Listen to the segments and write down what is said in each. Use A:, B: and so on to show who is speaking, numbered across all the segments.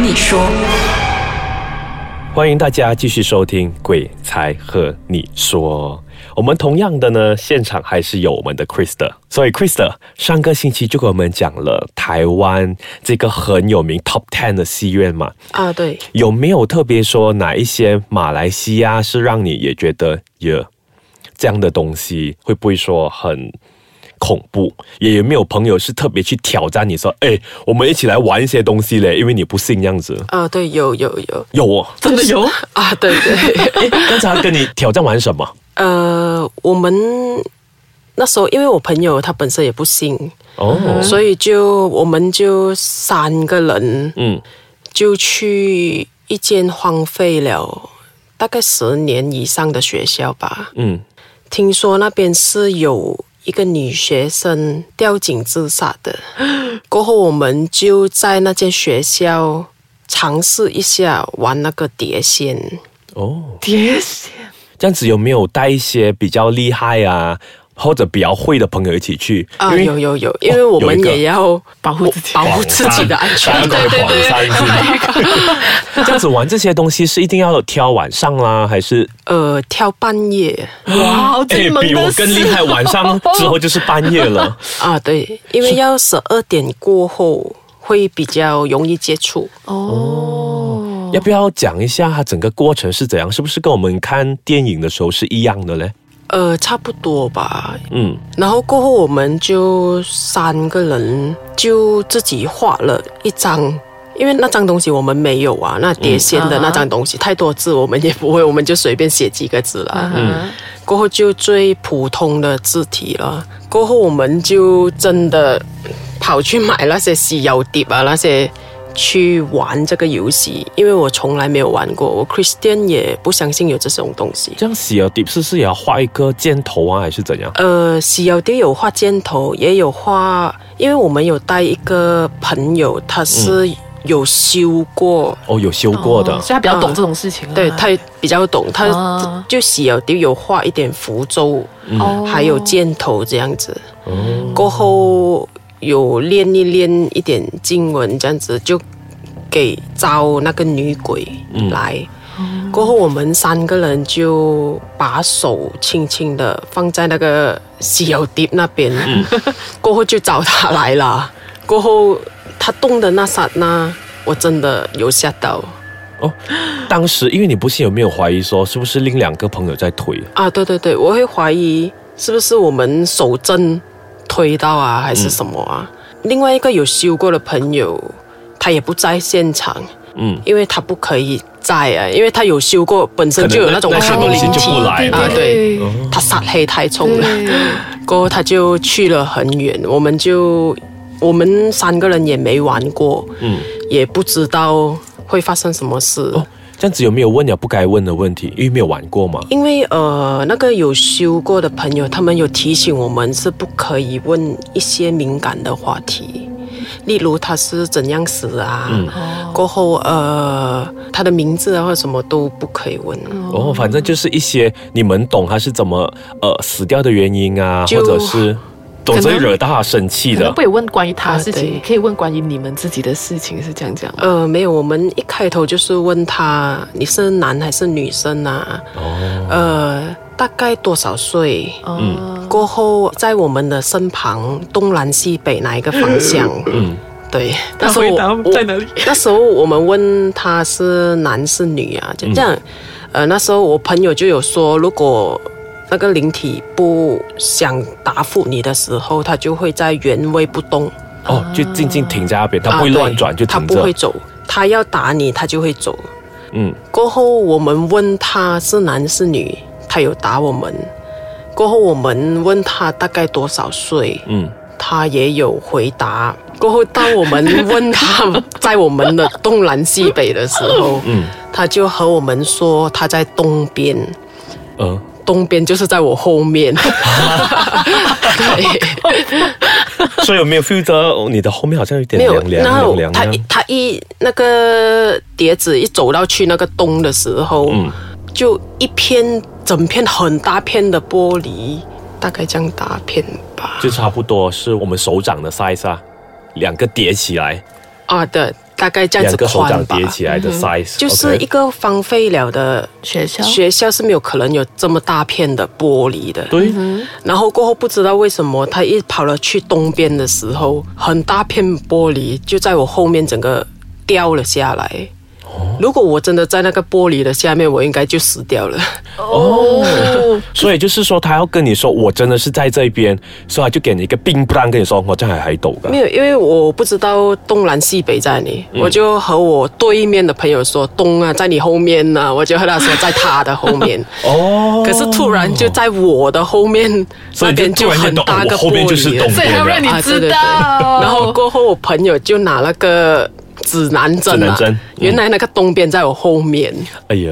A: 你说》。
B: 欢迎大家继续收听《鬼才和你说》。我们同样的呢，现场还是有我们的 Krista。所以 Krista 上个星期就给我们讲了台湾这个很有名 Top Ten 的戏院嘛，
C: 啊，对，
B: 有没有特别说哪一些马来西亚是让你也觉得耶这样的东西会不会说很恐怖？也有没有朋友是特别去挑战你说，哎，我们一起来玩一些东西嘞？因为你不信这样子，
C: 啊，对，有有有，
B: 有哦。
C: 真的有啊，对对，
B: 刚才他跟你挑战玩什么？
C: 呃，我们那时候因为我朋友他本身也不信，
B: 哦，
C: 所以就我们就三个人
B: 嗯，
C: 就去一间荒废了大概十年以上的学校吧。
B: 嗯，
C: 听说那边是有一个女学生吊颈自杀的，过后我们就在那间学校尝试一下玩那个碟仙。
B: 哦，
D: 碟仙，
B: 这样子有没有带一些比较厉害啊，或者比较会的朋友一起去？
C: 啊，
B: 因为
C: 有有有，因为我
B: 有
C: 们
B: 一个
C: 也要
D: 保护自己
C: 保护自己的安 全。对对对，
B: 这样子玩这些东西是一定要挑晚上啦，还是
C: 呃，挑半夜
D: 哇，
B: 哎、
D: 最猛
B: 比我
D: 的
B: 更厉害，晚上之后就是半夜了。
C: 啊，对，因为要十二点过后会比较容易接触。
D: 哦。
B: 要不要讲一下它整个过程是怎样？是不是跟我们看电影的时候是一样的嘞？
C: 呃，差不多吧。
B: 嗯，
C: 然后过后，我们就三个人就自己画了一张，因为那张东西我们没有啊，那碟仙的
D: 嗯
C: 那张东西、太多字我们也不会，我们就随便写几个字啦。
D: 嗯，
C: 过后就最普通的字体了。过后我们就真的跑去买那些西游碟啊，那些去玩这个游戏，因为我从来没有玩过，我 Christian 也不相信有这种东西。
B: 这样洗了底是是也要画一个箭头啊，还是怎样？
C: 呃，西游碟有画箭头，也有画，因为我们有带一个朋友，他是有修过，
B: 哦，有修过的。
D: 哦所以他比较懂这种事情啊。
C: 对他比较懂，他
D: 啊
C: 就西游碟有画一点符咒，
B: 嗯
D: 哦
C: 还有箭头这样子。过后有练一练一点经文，这样子就给招那个女鬼来。过后我们三个人就把手轻轻的放在那个西游碟那边， 过后就找她来了。过后她动的那刹那，我真的有吓到
B: 哦，当时因为你不信，有没有怀疑说是不是另两个朋友在推？
C: 啊！对对对，我会怀疑是不是我们手真推到啊，还是什么啊？另外一个有修过的朋友，他也不在现场，
B: 嗯，
C: 因为他不可以在啊，因为他有修过，本身就有那种
B: 可能那
C: 超
B: 那
C: 灵
B: 些东西
C: 体
B: 就不来了
C: 啊，对，
D: 对
C: 他杀黑太重了，
D: 对，
C: 过后他就去了很远，我们就我们三个人也没玩过，
B: 嗯，
C: 也不知道会发生什么事。
B: 哦，这样子有没有问了不该问的问题？因为没有玩过嘛。
C: 因为呃，那个有修过的朋友，他们有提醒我们是不可以问一些敏感的话题，例如他是怎样死啊，
D: 哦
C: 过后呃，他的名字啊或什么都不可以问。
B: 哦，反正就是一些你们懂他是怎么呃死掉的原因啊，
C: 就
B: 或者是总之
D: 可能
B: 惹到他生气
D: 可能
B: 的
D: 不。会问关于他的事
C: 啊对
D: 情，可以问关于你们自己的事情，是这样讲吗。
C: 呃，没有，我们一开头就是问他你是男还是女生啊？
B: 哦，
C: 呃，大概多少岁？
D: 嗯，
C: 过后在我们的身旁东南西北哪一个方向？
B: 嗯，
C: 对，
D: 他
C: 那时候
D: 回答
C: 我我
D: 在哪里
C: 那时候我们问他是男是女啊，
B: 嗯
C: 就这样。呃，那时候我朋友就有说，如果那个灵体不想答复你的时候，他就会在原位不动，
B: 哦，就静静停在那边，他不会
C: 啊对
B: 乱转，就
C: 他
B: 停
C: 不
B: 着
C: 会。走，他要打你，他就会走。
B: 嗯，
C: 过后我们问他是男是女，他有答我们。过后我们问他大概多少岁，
B: 嗯，
C: 他也有回答。过后当我们 问他在我们的东南西北的时候，
B: 嗯
C: 他就和我们说他在东边，
B: 呃，
C: 东边就是在我后 面。对。
B: 所以有没有 feel 到你的后面好像有点
C: 没有
B: 凉，凉
C: 然后
B: 凉凉
C: 他一
B: 凉？
C: 他一那个碟子一走到去那个洞的时候，
B: 嗯
C: 就一片整片很大片的玻璃，大概这样大片吧。
B: 就差不多是我们手掌的 size 啊，两个叠起来。
C: 啊，对，大概这样
B: 两
C: 子
B: 个嗯手掌
C: 宽吧
B: 叠，起来的 size，
C: 就是一
B: OK
C: 个荒废了的
D: 学校
C: 学校是没有可能有这么大片的玻璃的。
B: 对，
C: 然后过后不知道为什么，他一跑了去东边的时候，很大片玻璃就在我后面整个掉了下来。如果我真的在那个玻璃的下面，我应该就死掉了。
D: 哦，
B: 所以就是说他要跟你说，我真的是在这边，所以他就给你一个冰不让跟你说，我这还还抖的
C: 没。有，因为我不知道东南西北在哪里，
B: 嗯
C: 我就和我对面的朋友说东啊，在你后面呢、我就和他说在他的后面。
B: 哦
C: 可是突然就在我的后面
B: 所
C: 那
B: 以就
C: 边
B: 突然
C: 很
B: 间懂
C: 大个
B: 我后面就是
C: 玻璃了
B: 懂
D: 所以要让你
C: 啊对对
D: 知
C: 对
D: 道。
C: 然后过后，我朋友就拿那个指南针
B: 指
C: 啊，
B: 南针
C: 原来那个东边在我后面，
B: 哎呀，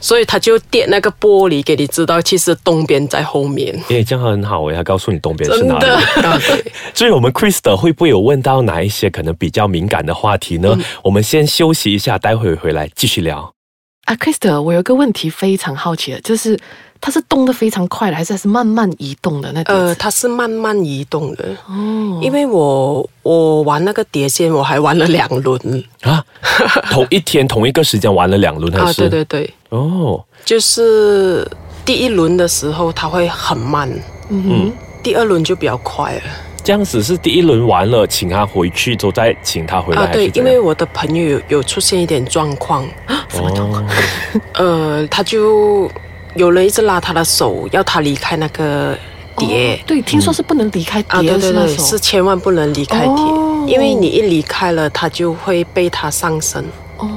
C: 所以他就垫那个玻璃给你知道，其实东边在后面。
B: 哎，这样很好哎，他告诉你东边是
C: 真
B: 哪里
C: 的。，
B: 至于我们 Krista 会不会有问到哪一些可能比较敏感的话题呢？我们先休息一下，待会回来继续聊。
D: 啊 c h r i s t a 我有一个问题非常好奇的，就是它是动得非常快的，还是它是慢慢移动的那 种？
C: 呃，它是慢慢移动的，
D: 哦，
C: 因为我我玩那个碟仙，我还玩了两轮
B: 啊， 同一天同一个时间玩了两轮还
C: 啊，
B: 是？
C: 对对对，
B: 哦，
C: 就是第一轮的时候它会很慢，嗯，第二轮就比较快了。
B: 这样子是第一轮完了，请他回去，之后再请他回来，
C: 啊，对
B: 还是，怎
C: 因
B: 样
C: 为我的朋友有有出现一点状况，
B: 哦，
C: 呃，他就有人一直拉他的手，要他离开那个碟
D: 哦。对，听说是不能离开碟，
C: 啊，对对
D: 哦是那
C: 对，
D: 种
C: 是千万不能离开碟，
D: 哦
C: 因为你一离开了，他就会被他上身。
D: 哦，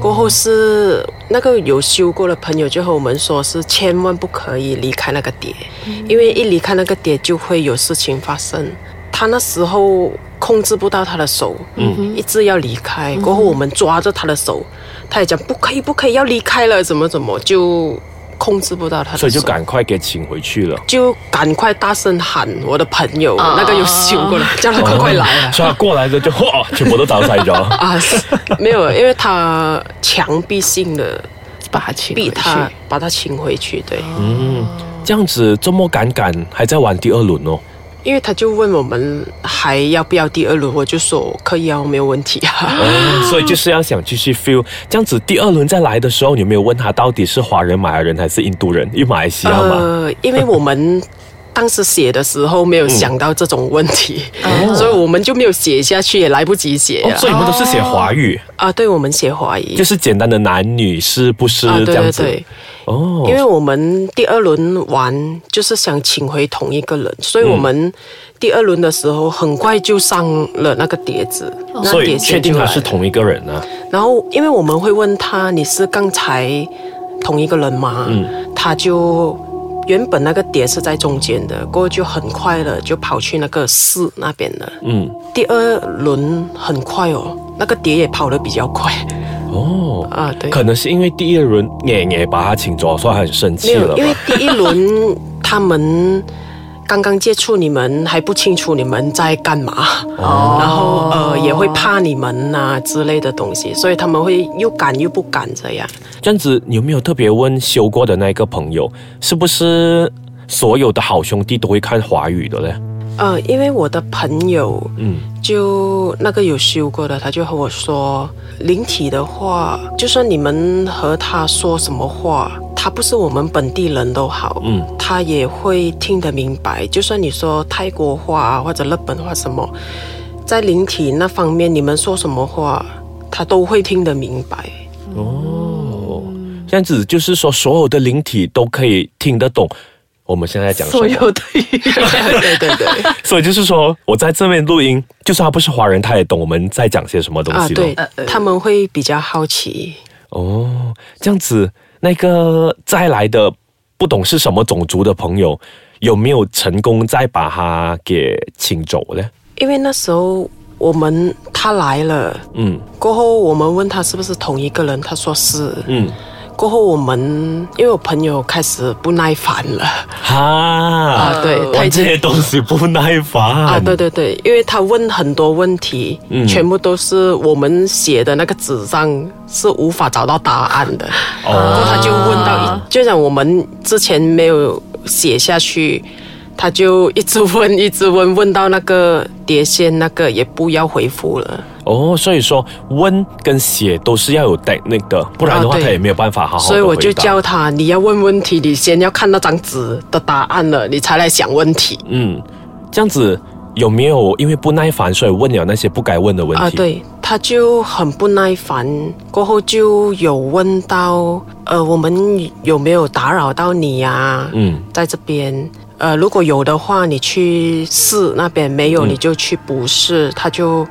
C: 过后是那个有修过的朋友就和我们说，是千万不可以离开那个碟，
B: 嗯
C: 因为一离开那个碟就会有事情发生。他那时候控制不到他的手，嗯，一直要离开。过后我们抓着他的手，他也讲不可以，不可以，要离开了，怎么怎么就控制不到他的
B: 所
C: 手，
B: 以就赶快给请回去了。
C: 就赶快大声喊我的朋友，
B: 哦
C: 那个有修过的，叫他赶 快来啊！
B: 所以他过来的就 哇，全部都倒晒 咗。
C: 啊，是没有，因为他强必性的
D: 把它请
C: 逼
D: 回
C: 他
D: 去
C: 把他请回去，对，
B: 嗯，这样子这么敢敢，还在玩第二轮哦。
C: 因为他就问我们还要不要第二轮，我就说可以啊，没有问题啊。
B: 哦所以就是要想继续 feel，这样子第二轮再来的时候，你有没有问他到底是华人、马来人还是印度人？因为马来西亚嘛，
C: 呃，因为我们当时写的时候没有想到这种问题，
D: 哦
C: 所以我们就没有写下去，也来不及写
B: 哦
C: 啊。
B: 所以你们都是写华语，
C: 啊，对我们写怀疑
B: 就。是简单的男女是不是
C: 啊，对
B: 这样
C: 对
B: 子？
C: 对，
B: 哦，
C: 因为我们第二轮玩就是想请回同一个人，所以我们第二轮的时候很快就上了那个碟子，那
B: 所以
C: 碟
B: 确
C: 仙就
B: 定他
C: 来
B: 是
C: 了
B: 同一个人啊。
C: 然后因为我们会问他你是刚才同一个人吗？
B: 嗯
C: 他就原本那个碟是在中间的，过后就很快的就跑去那个四那边了。
B: 嗯，
C: 第二轮很快哦，那个碟也跑得比较 快
B: 哦，
C: 啊，对，
B: 可能是因为第一轮也也把他请走，所以他很生
C: 没
B: 气了吧。
C: 有，因为第一轮他们。刚刚接触你们还不清楚你们在干嘛，
B: 哦
C: 然后呃也会怕你们呐、之类的东西，所以他们会又敢又不敢这样。
B: 这样子，你有没有特别问修过的那个朋友，是不是所有的好兄弟都会看华语的嘞？
C: 呃，因为我的朋友
B: 嗯，
C: 就那个有修过的，他就和我说，灵体的话，就算你们和他说什么话，他不是我们本地人都好，
B: 嗯，
C: 他也会听得明白。就算你说泰国话啊或者日本话什么，在灵体那方面，你们说什么话，他都会听得明白。
B: 哦，这样子就是说，所有的灵体都可以听得懂。我们现在讲什
D: 所
B: 么？
D: 有的语言
C: 对对对，
B: 所以就是说，我在这边录音，就算他不是华人，他也懂我们在讲些什么东
C: 啊，
B: 西咯。
C: 对，他们会比较好奇。
B: 哦，这样子，那个再来的不懂是什么种族的朋友，有没有成功再把他给请走呢？
C: 因为那时候我们他来了，
B: 嗯
C: 过后我们问他是不是同一个人，他说是。
B: 嗯，
C: 过后我们因为我朋友开始不耐烦了
B: 哈
C: 啊，对，他
B: 玩
C: 已
B: 这
C: 经
B: 些东西不耐烦
C: 啊，对对对，因为他问很多问题，全部都是我们写的那个纸上是无法找到答案的，
B: 哦
C: 然后他就问到一，就像我们之前没有写下去。他就一直问， 一直问，问到那个碟仙那个也不要回复了，
B: 哦，所以说问跟写都是要有 technique 的，不然的话
C: 啊对
B: 他也没有办法好好。
C: 所以我就教，他，你要问问题，你先要看那张纸的答案了，你才来想问题
B: 嗯，这样子有没有因为不耐烦，所以问了那些不该问的问题？
C: 啊。，对，他就很不耐烦，过后就有问到，呃，我们有没有打扰到你呀、
B: 嗯，
C: 在这边。呃，如果有的话，你去市那边；没有，你就去补市。他就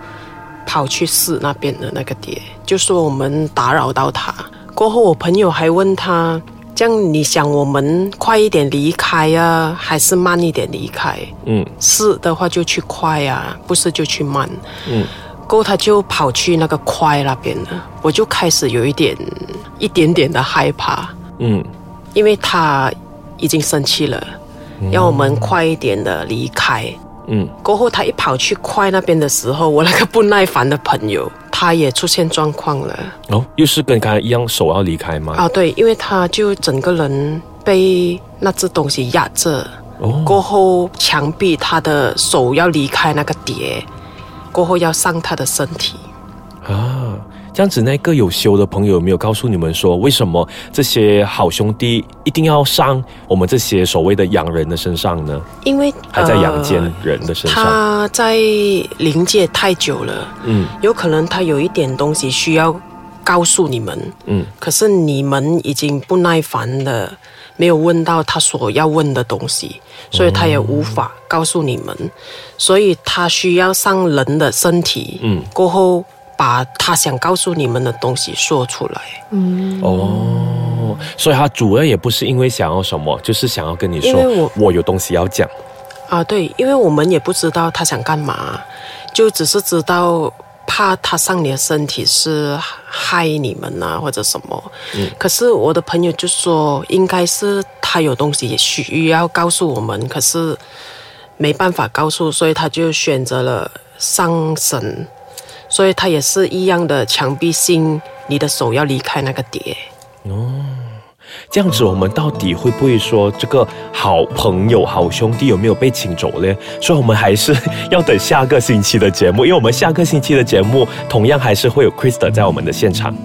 C: 跑去市那边的那个碟，就说我们打扰到他。过后，我朋友还问他：这样你想我们快一点离开呀、啊，还是慢一点离开？
B: 嗯，
C: 是的话就去快呀、啊，不是就去慢。
B: 嗯，
C: 过后他就跑去那个快那边了，我就开始有一点一点点的害怕。
B: 嗯，
C: 因为他已经生气了，要我们快一点的离开。
B: 嗯，
C: 过后他一跑去快那边的时候，我那个不耐烦的朋友他也出现状况了
B: 哦，又是跟刚才一样，手要离开吗？
C: 啊！对，因为他就整个人被那只东西压着，
B: 哦，
C: 过后墙壁他的手要离开那个碟，过后要上他的身体。
B: 啊，这样子，那个有修的朋友有没有告诉你们说，为什么这些好兄弟一定要上我们这些所谓的洋人的身上呢？
C: 因为
B: 还在阳间
C: 呃
B: 人的身上？
C: 他在灵界太久了，
B: 嗯
C: 有可能他有一点东西需要告诉你们，
B: 嗯
C: 可是你们已经不耐烦了，没有问到他所要问的东西，所以他也无法告诉你们，所以他需要上人的身体，
B: 嗯，
C: 过后把他想告诉你们的东西说出来，
D: 嗯，
B: 哦，所以他主要也不是因为想要什么，就是想要跟你
C: 因
B: 说，
C: 为我
B: 有东西要讲。
C: 啊，对，因为我们也不知道他想干嘛，就只是知道怕他上你的身体是害你们啊，或者什么。可是我的朋友就说，应该是他有东西也需要告诉我们，可是没办法告诉，所以他就选择了上身，所以他也是一样的强迫性，你的手要离开那个碟。
B: 这样子，我们到底会不会说这个好朋友、好兄弟有没有被请走嘞？所以我们还是要等下个星期的节目，因为我们下个星期的节目同样还是会有 Krista 在我们的现场。